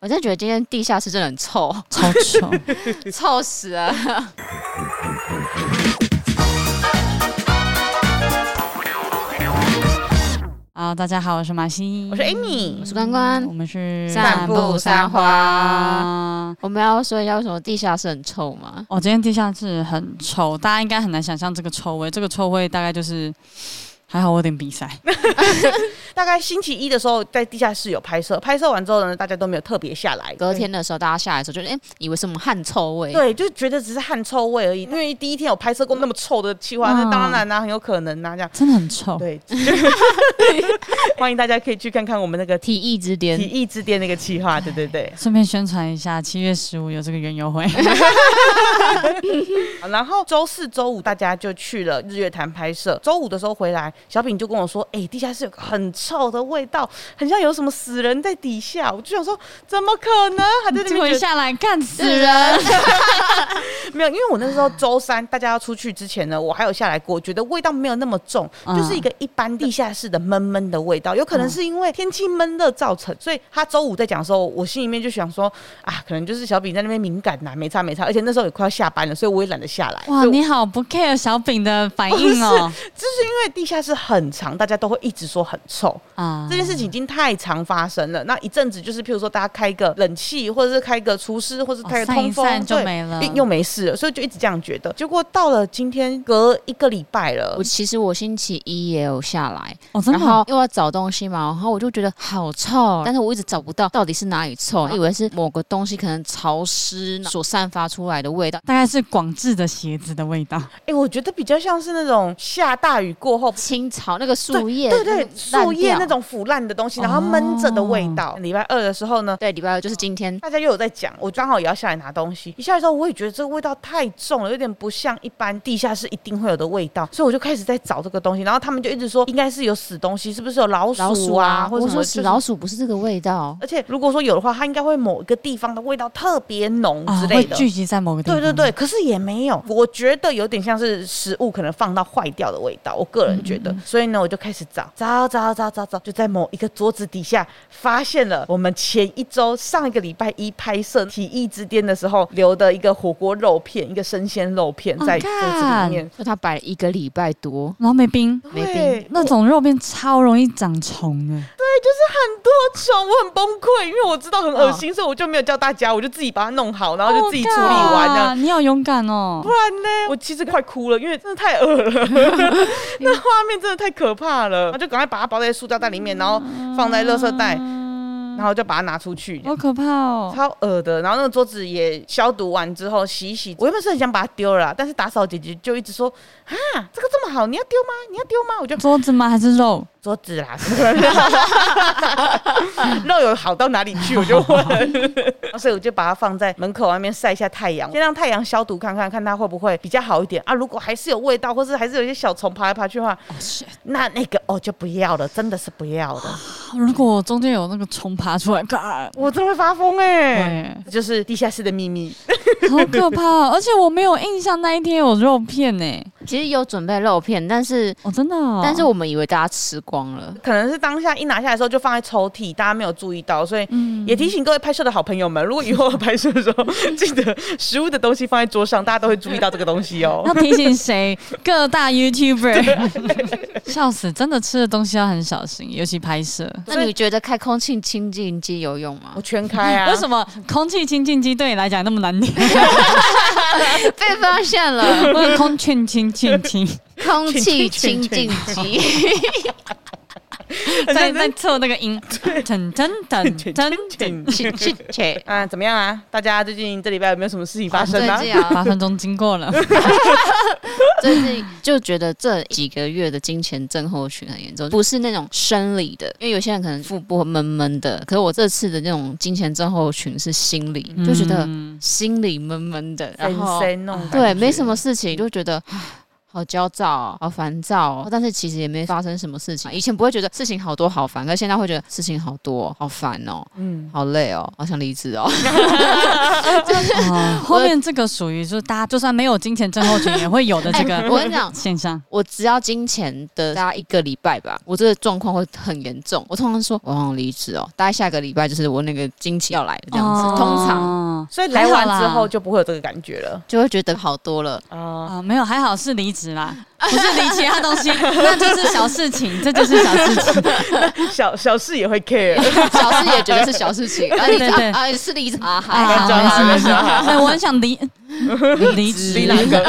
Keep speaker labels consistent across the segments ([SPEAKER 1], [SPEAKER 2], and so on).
[SPEAKER 1] 我真的觉得今天地下室真的很 臭，
[SPEAKER 2] 超丑。
[SPEAKER 1] 臭死了。
[SPEAKER 2] 好，啊大家好，我是马西，
[SPEAKER 3] 我是 Amy，
[SPEAKER 1] 我是关关
[SPEAKER 3] 嗯
[SPEAKER 2] 我，们是
[SPEAKER 3] 散步三花。
[SPEAKER 2] 花。
[SPEAKER 1] 我们要说一下为什么地下室很臭吗？
[SPEAKER 2] 哦，今天地下室很臭，大家应该很难想象这个臭味。这个臭味大概就是，还好我有点鼻塞。
[SPEAKER 3] 大概星期一的时候在地下室有拍摄，拍摄完之后呢，大家都没有特别下来。
[SPEAKER 1] 隔天的时候，大家下来的时候就是，哎、以为是我们汗臭味。
[SPEAKER 3] 对，就觉得只是汗臭味而已，因为第一天有拍摄过那么臭的气话，那
[SPEAKER 2] 嗯
[SPEAKER 3] 当然啦、啊很有可能呐、这样。
[SPEAKER 2] 真的很臭。
[SPEAKER 3] 对， 欢迎大家可以去看看我们那个体
[SPEAKER 1] 体液之
[SPEAKER 3] 体
[SPEAKER 1] 巅，
[SPEAKER 3] 艺之巅那个企划，对对对。
[SPEAKER 2] 顺便宣传一下，七月十五有这个原油 会，
[SPEAKER 3] 然后周四周五大家就去了日月潭拍摄，周五的时候回来，小饼就跟我说：“哎、地下室有个很臭的味道，很像有什么死人在底下。”我就想说，怎么可能？还在那
[SPEAKER 2] 结
[SPEAKER 3] 边
[SPEAKER 2] 果
[SPEAKER 3] 觉
[SPEAKER 2] 一
[SPEAKER 3] 得
[SPEAKER 2] 下来干死
[SPEAKER 1] 死
[SPEAKER 2] 人。
[SPEAKER 3] 啊
[SPEAKER 1] 人。
[SPEAKER 3] 没有，因为我那时候周三大家要出去之前呢，我还有下来过，觉得味道没有那么重，
[SPEAKER 2] 嗯
[SPEAKER 3] 就是一个一般地下室的闷闷的味道，有可能是因为天气闷热造成。所以他周五在讲的时候，我心里面就想说啊，可能就是小饼在那边敏感呐、没差没差，而且那时候也快要下班了，所以我也懒得下来。
[SPEAKER 2] 哇，
[SPEAKER 3] 所以
[SPEAKER 2] 你好不 care 小饼的反应哦
[SPEAKER 3] 就是因为地下室很长，大家都会一直说很臭，
[SPEAKER 2] 啊！
[SPEAKER 3] 这件事情已经太常发生了。那一阵子就是，譬如说大家开个冷气，或者是开个除湿，或者是
[SPEAKER 2] 哦
[SPEAKER 3] 开个
[SPEAKER 2] 散一
[SPEAKER 3] 通风，
[SPEAKER 2] 散就
[SPEAKER 3] 对
[SPEAKER 2] 没了
[SPEAKER 3] 又又没事了，所以就一直这样觉得。结果到了今天，隔一个礼拜 了
[SPEAKER 1] 我，其实我星期一也有下来，
[SPEAKER 2] 哦，真
[SPEAKER 1] 然
[SPEAKER 2] 的哦
[SPEAKER 1] 后又要找东西嘛，然后我就觉得好臭，但是我一直找不到到底是哪里臭，以为是某个东西可能潮湿所散发出来的味道。
[SPEAKER 2] 大概是广智的鞋子的味道。
[SPEAKER 3] 哎、我觉得比较像是那种下大雨过后。
[SPEAKER 1] 青草那个树叶，
[SPEAKER 3] 对对
[SPEAKER 1] 那，个烂
[SPEAKER 3] 树叶
[SPEAKER 1] 掉
[SPEAKER 3] 那。种腐烂的东西，然后闷着的味道。礼拜二的时候呢，
[SPEAKER 1] 对，礼拜二就是今天，
[SPEAKER 3] 大家又有在讲，我刚好也要下来拿东西。一下来之后，我也觉得这个味道太重了，有点不像一般地下室一定会有的味道，所以我就开始在找这个东西。然后他们就一直说，应该是有死东西，是不是有老鼠啊，
[SPEAKER 1] 老鼠啊，
[SPEAKER 3] 或者
[SPEAKER 1] 我
[SPEAKER 3] 什
[SPEAKER 1] 说
[SPEAKER 3] 么就是
[SPEAKER 1] 死老鼠不是这个味道，
[SPEAKER 3] 而且如果说有的话，它应该会某一个地方的味道特别浓
[SPEAKER 2] 啊，
[SPEAKER 3] 之
[SPEAKER 2] 会
[SPEAKER 3] 类的。
[SPEAKER 2] 聚集在某个地
[SPEAKER 3] 对
[SPEAKER 2] 方。
[SPEAKER 3] 对对，可是也没有，我觉得有点像是食物可能放到坏掉的味道，我个人觉得，所以呢，我就开始找，找找找找找，就在某一个桌子底下发现了我们前一周上一个礼拜一拍摄《体艺之巅》的时候留的一个火锅肉片，一个生鲜肉片在桌子里面。
[SPEAKER 1] 就他摆了一个礼拜多，
[SPEAKER 2] 然后没冰，
[SPEAKER 1] 没冰
[SPEAKER 3] 对
[SPEAKER 2] 那种肉片超容易长虫的。
[SPEAKER 3] 我爽，我很崩溃，因为我知道很恶心，所以我就没有叫大家，我就自己把它弄好，然后
[SPEAKER 2] 哦
[SPEAKER 3] 就自己处理完这样
[SPEAKER 2] 哇 Oh 你好勇敢哦！
[SPEAKER 3] 我其实快哭了，因为真的太恶了，那画面真的太可怕了。我就赶快把它包在塑胶袋里面，然后放在垃圾袋，然后就把它拿出去。
[SPEAKER 2] 好可怕哦！
[SPEAKER 3] 超恶的，然后那个桌子也消毒完之后洗一洗，我原本是很想把它丢了啦，但是打扫姐姐就一直说啊，这个这么好，你要丢吗？你要丢吗？我就
[SPEAKER 2] 桌子吗？还是肉？
[SPEAKER 3] 桌子啦， 肉有好到哪里去？我就 问，哦所以我就把它放在门口外面晒一下太阳，先让太阳消毒看看，看它会不会比较好一点啊。如果还是有味道，或是还是有一些小虫爬来爬去的话，
[SPEAKER 2] 哦，shit，
[SPEAKER 3] 那那个哦就不要了，真的是不要了，
[SPEAKER 2] 如果中间有那个虫爬出来，嘎，
[SPEAKER 3] 哦我真的会发疯哎、
[SPEAKER 2] 对，
[SPEAKER 3] 这就是地下室的秘密，
[SPEAKER 2] 好可怕哦！ 而且我没有印象那一天有肉片呢。
[SPEAKER 1] 其实有准备肉片，但是
[SPEAKER 2] 哦，真的哦。
[SPEAKER 1] 但是我们以为大家吃光了，
[SPEAKER 3] 可能是当下一拿下来的时候就放在抽屉，大家没有注意到，所以
[SPEAKER 2] 嗯
[SPEAKER 3] 也提醒各位拍摄的好朋友们，如果以后有拍摄的时 候，记得食物的东西放在桌上，大家都会注意到这个东西哦。
[SPEAKER 2] 要提醒 谁？各大 YouTuber，笑死！真的吃的东西要很小心，尤其拍摄。
[SPEAKER 1] 那你觉得开空气清净机有用吗
[SPEAKER 3] 我？全开啊！
[SPEAKER 2] 为什么空气清净机对你来讲那么 难念？
[SPEAKER 1] 被发现了，
[SPEAKER 2] 问空气清净机，
[SPEAKER 1] 空气清净机，
[SPEAKER 2] 在在测那个音，噔噔
[SPEAKER 3] 嗯
[SPEAKER 2] 噔噔噔，
[SPEAKER 3] 请
[SPEAKER 1] 切切切，
[SPEAKER 3] 啊，怎么样啊？大家最近这礼拜有没有什么事情发生
[SPEAKER 1] 最
[SPEAKER 3] 啊？
[SPEAKER 1] 近啊，
[SPEAKER 2] 八分钟经过了。
[SPEAKER 1] 最近就觉得这几个月的金钱症候群很严重，不是那种生理的，因为有些人可能腹部闷闷的，可是我这次的那种金钱症候群是心理，就觉得
[SPEAKER 2] 嗯
[SPEAKER 1] 心里闷闷的，然
[SPEAKER 3] 神
[SPEAKER 1] 后
[SPEAKER 3] 神弄，
[SPEAKER 1] 对没什么事情，就觉得唉好焦躁哦、好烦躁、哦，但是其实也没发生什么事情。以前不会觉得事情好多好烦，可是现在会觉得事情好多、好烦哦，
[SPEAKER 3] 嗯，
[SPEAKER 1] 好累哦，好想离职哦。
[SPEAKER 2] 哦，后面这个属于就是大家就算没有金钱症候群也会有的这
[SPEAKER 1] 哎我跟你
[SPEAKER 2] 个
[SPEAKER 1] 讲
[SPEAKER 2] 现象。
[SPEAKER 1] 我只要金钱的大概一个礼拜吧，我这个状况会很严重。我通常说我想离职哦，大概下个礼拜就是我那个金钱要来的这样子，
[SPEAKER 2] 哦
[SPEAKER 1] 通常
[SPEAKER 3] 所以来完之
[SPEAKER 2] 还好
[SPEAKER 3] 后
[SPEAKER 2] 啦
[SPEAKER 3] 就不会有这个感觉了
[SPEAKER 1] 就会觉得好多了。
[SPEAKER 3] 啊。
[SPEAKER 2] 啊、没有，还好是离职啦，不是离其他东西， 那就是小事情，这就是小事情。
[SPEAKER 3] 小小事也会 care，
[SPEAKER 1] 小事也觉得是小事 情，而且
[SPEAKER 2] 对对
[SPEAKER 1] 啊是离职 啊，还
[SPEAKER 2] 啊，
[SPEAKER 1] 好
[SPEAKER 3] 那就好
[SPEAKER 2] 没事没事
[SPEAKER 3] 那就好
[SPEAKER 2] 对，我很想 离离
[SPEAKER 3] 离
[SPEAKER 2] 职
[SPEAKER 3] 哪个？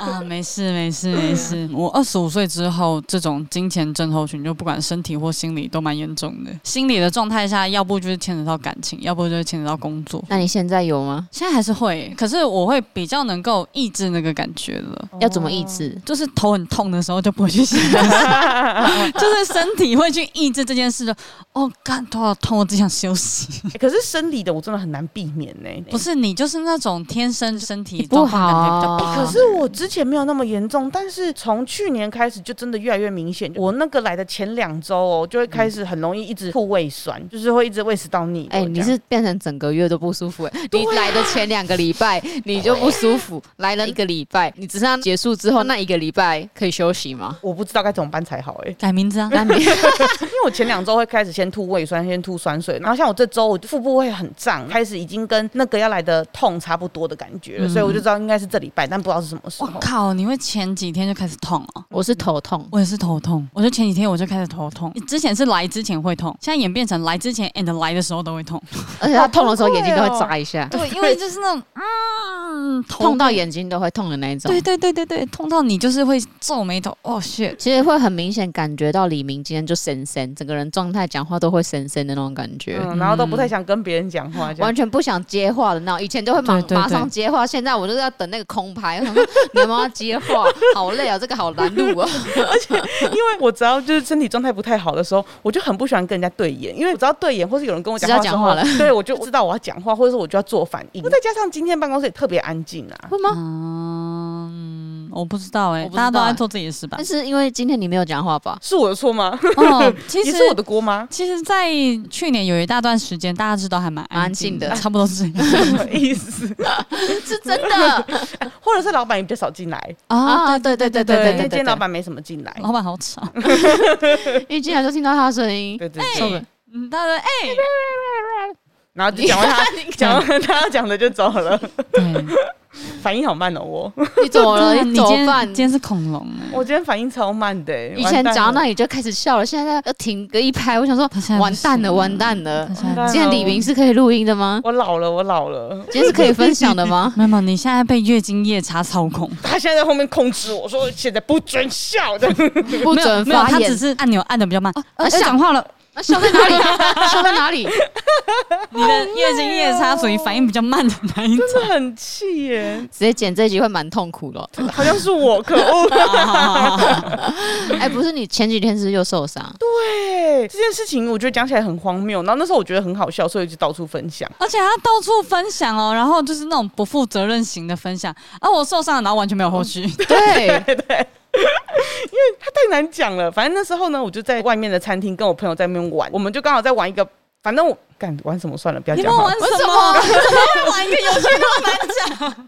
[SPEAKER 2] 啊，没事没事
[SPEAKER 1] 啊
[SPEAKER 2] 没事。我二十五岁之后，这种金钱症候群，就不管身体或心理都蛮严重的。心理的状态下，要不就是牵扯到感情，要不就是牵扯到工作。
[SPEAKER 1] 那你现在有吗？
[SPEAKER 2] 现在还是会，可是我会比较能够抑制那个感觉了。
[SPEAKER 1] 要怎么抑制？
[SPEAKER 2] 就是头很痛的时候就不会去想这件 事， 就是身体会去抑制这件事的。哦，干头好痛，我只想休息。
[SPEAKER 3] 欸可是生理的我真的很难避免呢、
[SPEAKER 2] 不是你，就是那种天生身体
[SPEAKER 1] 不
[SPEAKER 2] 状况感觉
[SPEAKER 1] 好
[SPEAKER 2] 比较不
[SPEAKER 1] 啊
[SPEAKER 2] 好。
[SPEAKER 3] 欸可是我之前没有那么严重，但是从去年开始就真的越来越明显。我那个来的前两周哦，就会开始很容易一直吐胃酸，就是会一直胃食道逆流这
[SPEAKER 1] 哎、
[SPEAKER 3] 样。
[SPEAKER 1] 你是变成整个月都不舒 服、哎，你来的前两个礼拜你就不舒服，来了一个礼拜，你只剩下结束之后那一个礼拜可以休息吗？
[SPEAKER 3] 我不知道该怎么办才好哎、
[SPEAKER 2] 改名 字啊，
[SPEAKER 1] 那你
[SPEAKER 3] 因为我前两周会开始先吐胃酸，先吐酸水，然后像我这周我腹部会很胀，开始已经跟那个要来的痛差不多的感觉了，
[SPEAKER 2] 嗯
[SPEAKER 3] 所以我就知道应该是这礼拜，但不知道是什么时
[SPEAKER 2] 我
[SPEAKER 3] 候。
[SPEAKER 2] 靠，你会前几天就开始痛哦。
[SPEAKER 1] 我是头痛，
[SPEAKER 2] 我也是头痛，我就前几天我就开始头痛，之前是来之前会痛，现在演变成来之前 and 来的时候都会痛。
[SPEAKER 1] 而且他痛的时候眼睛都会
[SPEAKER 3] 好崩溃哦
[SPEAKER 1] 眨一下，
[SPEAKER 2] 对，因为就是那种嗯，头
[SPEAKER 1] 痛到眼睛都会痛的那一种。
[SPEAKER 2] 对对对对对，痛到你就是会皱眉头。哦、shit，
[SPEAKER 1] 其实会很明显感觉到李明今天就神神，整个人状态、讲话都会神神的那种感觉，
[SPEAKER 3] 嗯，然后都不太想跟别人讲话，这样
[SPEAKER 1] 完全不想接话的那种。以前就会马
[SPEAKER 2] 对对对
[SPEAKER 1] 马上接话，现在我就是要等那个空拍，我想说你有没有要接话？好累啊，这个好难录啊。
[SPEAKER 3] 因为我只要就是身体状态不太好的时候，我就很不喜欢跟人家对眼，因为我只要对眼，或是有人跟我讲话的时候
[SPEAKER 1] 只要讲话，
[SPEAKER 3] 对我就知道我要讲话，或者是我就要做反应。再加上今天办公室也特别安静啊，
[SPEAKER 1] 会吗？
[SPEAKER 2] 嗯，我不知道哎、
[SPEAKER 1] 我不知道
[SPEAKER 2] 大家都
[SPEAKER 1] 欸
[SPEAKER 2] 在做自己的事吧
[SPEAKER 1] 但？是因为今天你没有讲话吧？
[SPEAKER 3] 是我的错吗？
[SPEAKER 2] 哦，其
[SPEAKER 3] 也
[SPEAKER 2] 实？
[SPEAKER 3] 是我的锅吗
[SPEAKER 2] 其实，在去年有一大段时间，大家知道还蛮
[SPEAKER 1] 蛮安静
[SPEAKER 2] 静
[SPEAKER 1] 的
[SPEAKER 2] 差不多 是这样
[SPEAKER 3] 什么意思？
[SPEAKER 1] 是真的
[SPEAKER 3] 或者是老板也比较少进来？
[SPEAKER 1] 啊！对对对对
[SPEAKER 3] 因
[SPEAKER 1] 对
[SPEAKER 3] 为
[SPEAKER 1] 对
[SPEAKER 3] 今
[SPEAKER 1] 对，
[SPEAKER 3] 天老板没什么进来。
[SPEAKER 2] 老板好吵，
[SPEAKER 1] 因为进来就听到他的声音，
[SPEAKER 3] 对对
[SPEAKER 1] 受
[SPEAKER 3] 对，
[SPEAKER 1] 不了
[SPEAKER 2] 嗯， 他说哎，
[SPEAKER 3] 然后就讲完他讲完 他要讲的就走了，
[SPEAKER 2] 对，
[SPEAKER 3] 反应好慢哦，我
[SPEAKER 1] 你怎么了？
[SPEAKER 2] 对啊
[SPEAKER 1] 你
[SPEAKER 2] 你
[SPEAKER 1] 怎
[SPEAKER 2] 今
[SPEAKER 1] 么
[SPEAKER 2] 天
[SPEAKER 1] 办
[SPEAKER 2] 今？天是恐龙哎、
[SPEAKER 3] 我今天反应超慢的欸。
[SPEAKER 1] 以前
[SPEAKER 3] 完蛋
[SPEAKER 1] 讲到
[SPEAKER 3] 了
[SPEAKER 1] 那里就开始笑了，现在要停个一拍，我想说
[SPEAKER 2] 他现在不
[SPEAKER 1] 完蛋
[SPEAKER 2] 行
[SPEAKER 1] 了，
[SPEAKER 2] 了嗯
[SPEAKER 1] 完蛋了
[SPEAKER 2] 他。现
[SPEAKER 3] 完蛋
[SPEAKER 2] 在
[SPEAKER 3] 了
[SPEAKER 1] 今天李明是可以录音的吗？
[SPEAKER 3] 我老了，我老了。
[SPEAKER 1] 今天是可以分享的吗？
[SPEAKER 2] 没有，你现在被月经夜叉操控，
[SPEAKER 3] 他现在在后面控制我说现在不准笑的，
[SPEAKER 1] 不
[SPEAKER 2] 没有
[SPEAKER 1] 准
[SPEAKER 2] 没有，
[SPEAKER 1] 发
[SPEAKER 2] 他
[SPEAKER 1] 言
[SPEAKER 2] 只。是按钮按的比较慢。
[SPEAKER 1] 呃
[SPEAKER 2] 啊，
[SPEAKER 1] 想
[SPEAKER 2] 讲话了，
[SPEAKER 1] 那笑在哪里？笑在哪里？
[SPEAKER 2] 你的月经夜叉属于反应比较慢哦的那一种。
[SPEAKER 3] 真的很气耶，
[SPEAKER 1] 直接剪这一集会蛮痛苦的 哦。
[SPEAKER 3] 好像是我，可恶。
[SPEAKER 1] 哎，不是你前几天是不是又受伤？
[SPEAKER 3] 对这件事情，我觉得讲起来很荒谬。然后那时候我觉得很好笑，所以就到处分 享。
[SPEAKER 2] 而且他到处分享哦，然后就是那种不负责任型的分享，啊，我受伤了，然后完全没有后续。
[SPEAKER 1] 对，
[SPEAKER 3] 他太难讲了。反正那时候呢，我就在外面的餐厅跟我朋友在那边玩，我们就刚好在玩一个，反正我干玩什么算了，不 要
[SPEAKER 2] 你
[SPEAKER 3] 讲
[SPEAKER 2] 们
[SPEAKER 3] 好
[SPEAKER 2] 玩
[SPEAKER 3] 了。
[SPEAKER 2] 什么？你怎么 玩一个游戏那么难讲？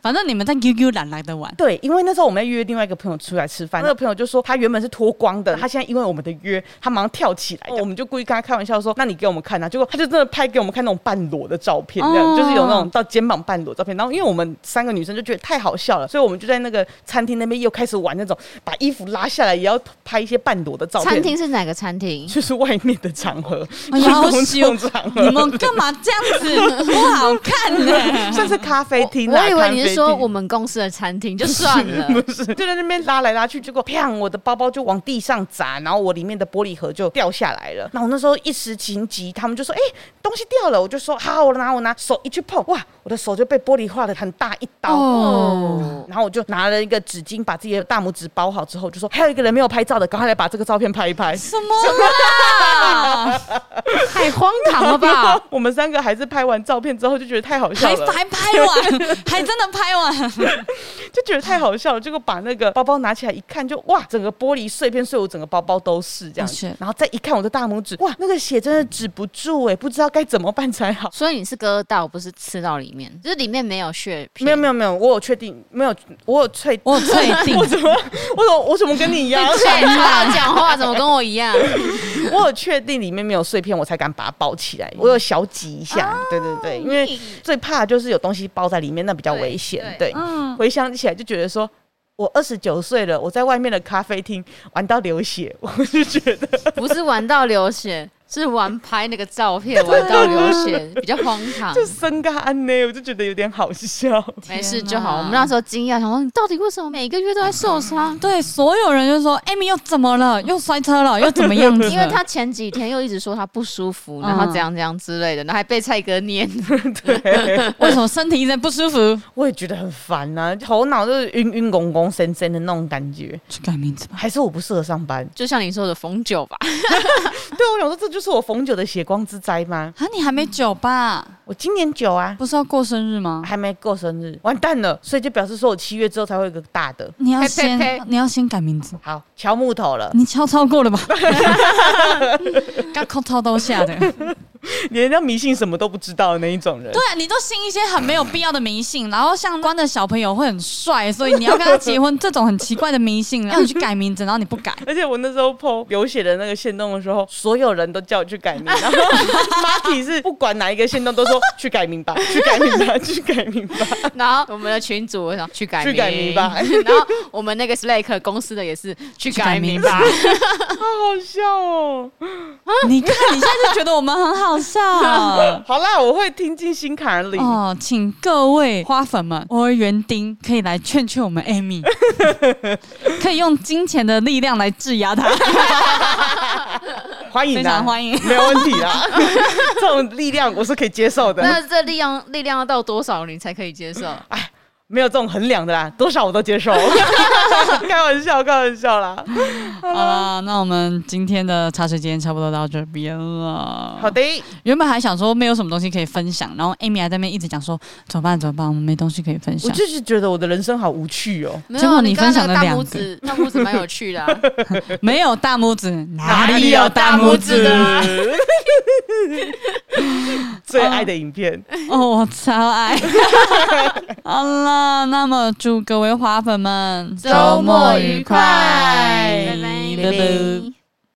[SPEAKER 2] 反正你们在悠悠懒懒的玩，
[SPEAKER 3] 对，因为那时候我们在约另外一个朋友出来
[SPEAKER 1] 嗯
[SPEAKER 3] 吃饭，那个朋友就说他原本是脱光的，他现在因为我们的约，他马上跳起
[SPEAKER 1] 嗯
[SPEAKER 3] 来，我们就故意跟他开玩笑说：“那你给我们看啊！”结果他就真的拍给我们看那种半裸的照片，这样、
[SPEAKER 2] 哦
[SPEAKER 3] 就是有那种到肩膀半裸照片。然后因为我们三个女生就觉得太好笑了，所以我们就在那个餐厅那边又开始玩那种把衣服拉下来也要拍一些半裸的照片。
[SPEAKER 1] 餐厅哦是哪个餐厅？
[SPEAKER 3] 就是外面的场合，
[SPEAKER 2] 哎呀好
[SPEAKER 3] 公众
[SPEAKER 2] 羞
[SPEAKER 3] 场合，
[SPEAKER 2] 你们干嘛这样子？不好看呢、
[SPEAKER 3] 算是咖啡厅
[SPEAKER 1] 我
[SPEAKER 3] 啦。
[SPEAKER 1] 以为你
[SPEAKER 3] 咖啡
[SPEAKER 1] 是说
[SPEAKER 3] 厅
[SPEAKER 1] 我们公司的餐厅就算了。
[SPEAKER 3] 不是，就在那边拉来拉去，结果砰，我的包包就往地上砸，然后我里面的玻璃盒就掉下来了。那我那时候一时情急，他们就说：“哎、东西掉了。”我就说：“好，我拿，我拿。”手一去碰，哇，我的手就被玻璃划了很大一刀。
[SPEAKER 2] 哦
[SPEAKER 3] 然后我就拿了一个纸巾，把自己的大拇指包好之后，就说：“还有一个人没有拍照的，赶快来把这个照片拍一拍。”
[SPEAKER 2] 啊什么啦？
[SPEAKER 1] 太荒唐了吧！
[SPEAKER 2] 吧？
[SPEAKER 3] 我们三个还是拍完照片之后就觉得太好笑
[SPEAKER 2] 还
[SPEAKER 3] 了，
[SPEAKER 2] 还拍完，还真的拍完，
[SPEAKER 3] 就觉得太好笑了，结果把那个包包拿起来一看就，哇，整个玻璃碎片碎我整个包包都是这样子
[SPEAKER 2] Oh, shit
[SPEAKER 3] 然后再一看我的大拇指，哇，那个血真的止不住哎、不知道该怎么办才好。
[SPEAKER 1] 所以你是割到，不是刺到里面，就是里面没有血片。
[SPEAKER 3] 没有没有没有，我有确定，没有，我有确，
[SPEAKER 2] 我有确定
[SPEAKER 3] 我怎么，我怎么，我怎么跟你一样？
[SPEAKER 1] 对，啊他要讲话怎么跟我一 样？
[SPEAKER 3] 我有确定里面没有碎片，我才敢把它包起来。我有小挤一下，对对对，因为最怕就是有东西包在里面，那比较
[SPEAKER 1] 对
[SPEAKER 3] 危险。
[SPEAKER 1] 对
[SPEAKER 3] 对，
[SPEAKER 2] 嗯，
[SPEAKER 3] 回想起来就觉得说。我二十九岁了，我在外面的咖啡厅玩到流血，我就觉得
[SPEAKER 1] 不是玩到流血，是玩拍那个照片玩到流血，比较荒唐。
[SPEAKER 3] 就生个安呢，我就觉得有点好 笑。
[SPEAKER 1] 没
[SPEAKER 2] 天
[SPEAKER 1] 事
[SPEAKER 2] 哪
[SPEAKER 1] 就好。我们那时候惊讶，想说你到底为什么每个月都在受 伤？
[SPEAKER 2] 对，所有人就说艾米又怎 么了？又摔车了？又怎么样子了？
[SPEAKER 1] 因为他前几天又一直说他不舒服，然后怎样怎样之类的，然后还被蔡哥念。
[SPEAKER 2] 为什么身体一直在不舒服？
[SPEAKER 3] 我也觉得很烦呐、头脑就是晕晕拱拱、神神的那种感觉。
[SPEAKER 2] 去改名字吧。
[SPEAKER 3] 还是我不适合上班？
[SPEAKER 1] 就像你说的逢九 吧，
[SPEAKER 3] 对，啊我想说这就是我逢九的血光之灾吗？
[SPEAKER 2] 啊，你还没酒吧？
[SPEAKER 3] 我今年九啊，
[SPEAKER 2] 不是要过生日吗？
[SPEAKER 3] 还没过生日，完蛋了，所以就表示说我七月之后才会有一个大的。
[SPEAKER 2] 你要
[SPEAKER 1] 呸呸
[SPEAKER 2] 先
[SPEAKER 1] 呸，
[SPEAKER 2] 你要先改名字。
[SPEAKER 3] 好，敲木头了，
[SPEAKER 2] 你敲超过 了吧？刚扣超都下的。对
[SPEAKER 3] 连那迷信什么都不知道的那一种人。
[SPEAKER 2] 啊，你都信一些很没有必要的迷信，然后相关的小朋友会很帅，所以你要跟他结婚，这种很奇怪的迷信，然后你去改名字，然后你不改。
[SPEAKER 3] 而且我那时候 PO 流血的那个线动的时候，所有人都叫我去改名， 然后 Marky 是不管哪一个线动都说去改名吧，去改名吧，去改名吧。
[SPEAKER 1] 然后我们的群主我想去改名
[SPEAKER 3] 去改 名吧
[SPEAKER 1] 然后我们那个 Slack 公司的也是去
[SPEAKER 2] 改
[SPEAKER 1] 改名
[SPEAKER 2] 名
[SPEAKER 1] 吧，
[SPEAKER 3] 好好笑哦！
[SPEAKER 2] 你看，你现在就觉得我们很好 笑。 啊
[SPEAKER 3] 好啦，我会听进心坎里。
[SPEAKER 2] 哦，请各位花粉们，我园丁可以来劝劝我们 Amy，可以用金钱的力量来制压他，
[SPEAKER 3] 欢迎
[SPEAKER 2] 非
[SPEAKER 3] 啦，
[SPEAKER 2] 常欢 迎。
[SPEAKER 3] 没有问题 啦。这种力量我是可以接受的，
[SPEAKER 1] 那这力量力量要到多少你才可以接受？
[SPEAKER 3] 没有这种衡量的啦，多少我都接 受。开玩笑，开玩笑啦。
[SPEAKER 2] 好了，那我们今天的茶水间差不多到这边了。
[SPEAKER 3] 好的，
[SPEAKER 2] 原本还想说没有什么东西可以分享，然后 Amy 还在那边一直讲说怎么办怎么办，我们没东西可以分
[SPEAKER 3] 我
[SPEAKER 2] 享。
[SPEAKER 3] 就是觉得我的人生好无趣哦。
[SPEAKER 1] 没
[SPEAKER 2] 结果
[SPEAKER 1] 有，
[SPEAKER 2] 你
[SPEAKER 1] 刚刚
[SPEAKER 2] 分享了
[SPEAKER 1] 那大
[SPEAKER 2] 两
[SPEAKER 1] 拇
[SPEAKER 2] 个
[SPEAKER 1] 指，大拇指蛮有趣的 啊、
[SPEAKER 2] 没有大拇指，哪
[SPEAKER 1] 里
[SPEAKER 2] 里
[SPEAKER 1] 有
[SPEAKER 2] 有
[SPEAKER 1] 大
[SPEAKER 2] 大
[SPEAKER 1] 拇
[SPEAKER 2] 拇啊
[SPEAKER 1] 指
[SPEAKER 2] 指
[SPEAKER 1] 的
[SPEAKER 2] 的？
[SPEAKER 1] 啊
[SPEAKER 3] 最爱的影片，
[SPEAKER 2] 哦，我超 爱。好了，那么祝各位花粉们
[SPEAKER 1] 周末
[SPEAKER 3] 愉快
[SPEAKER 1] 拜拜
[SPEAKER 2] 拜拜。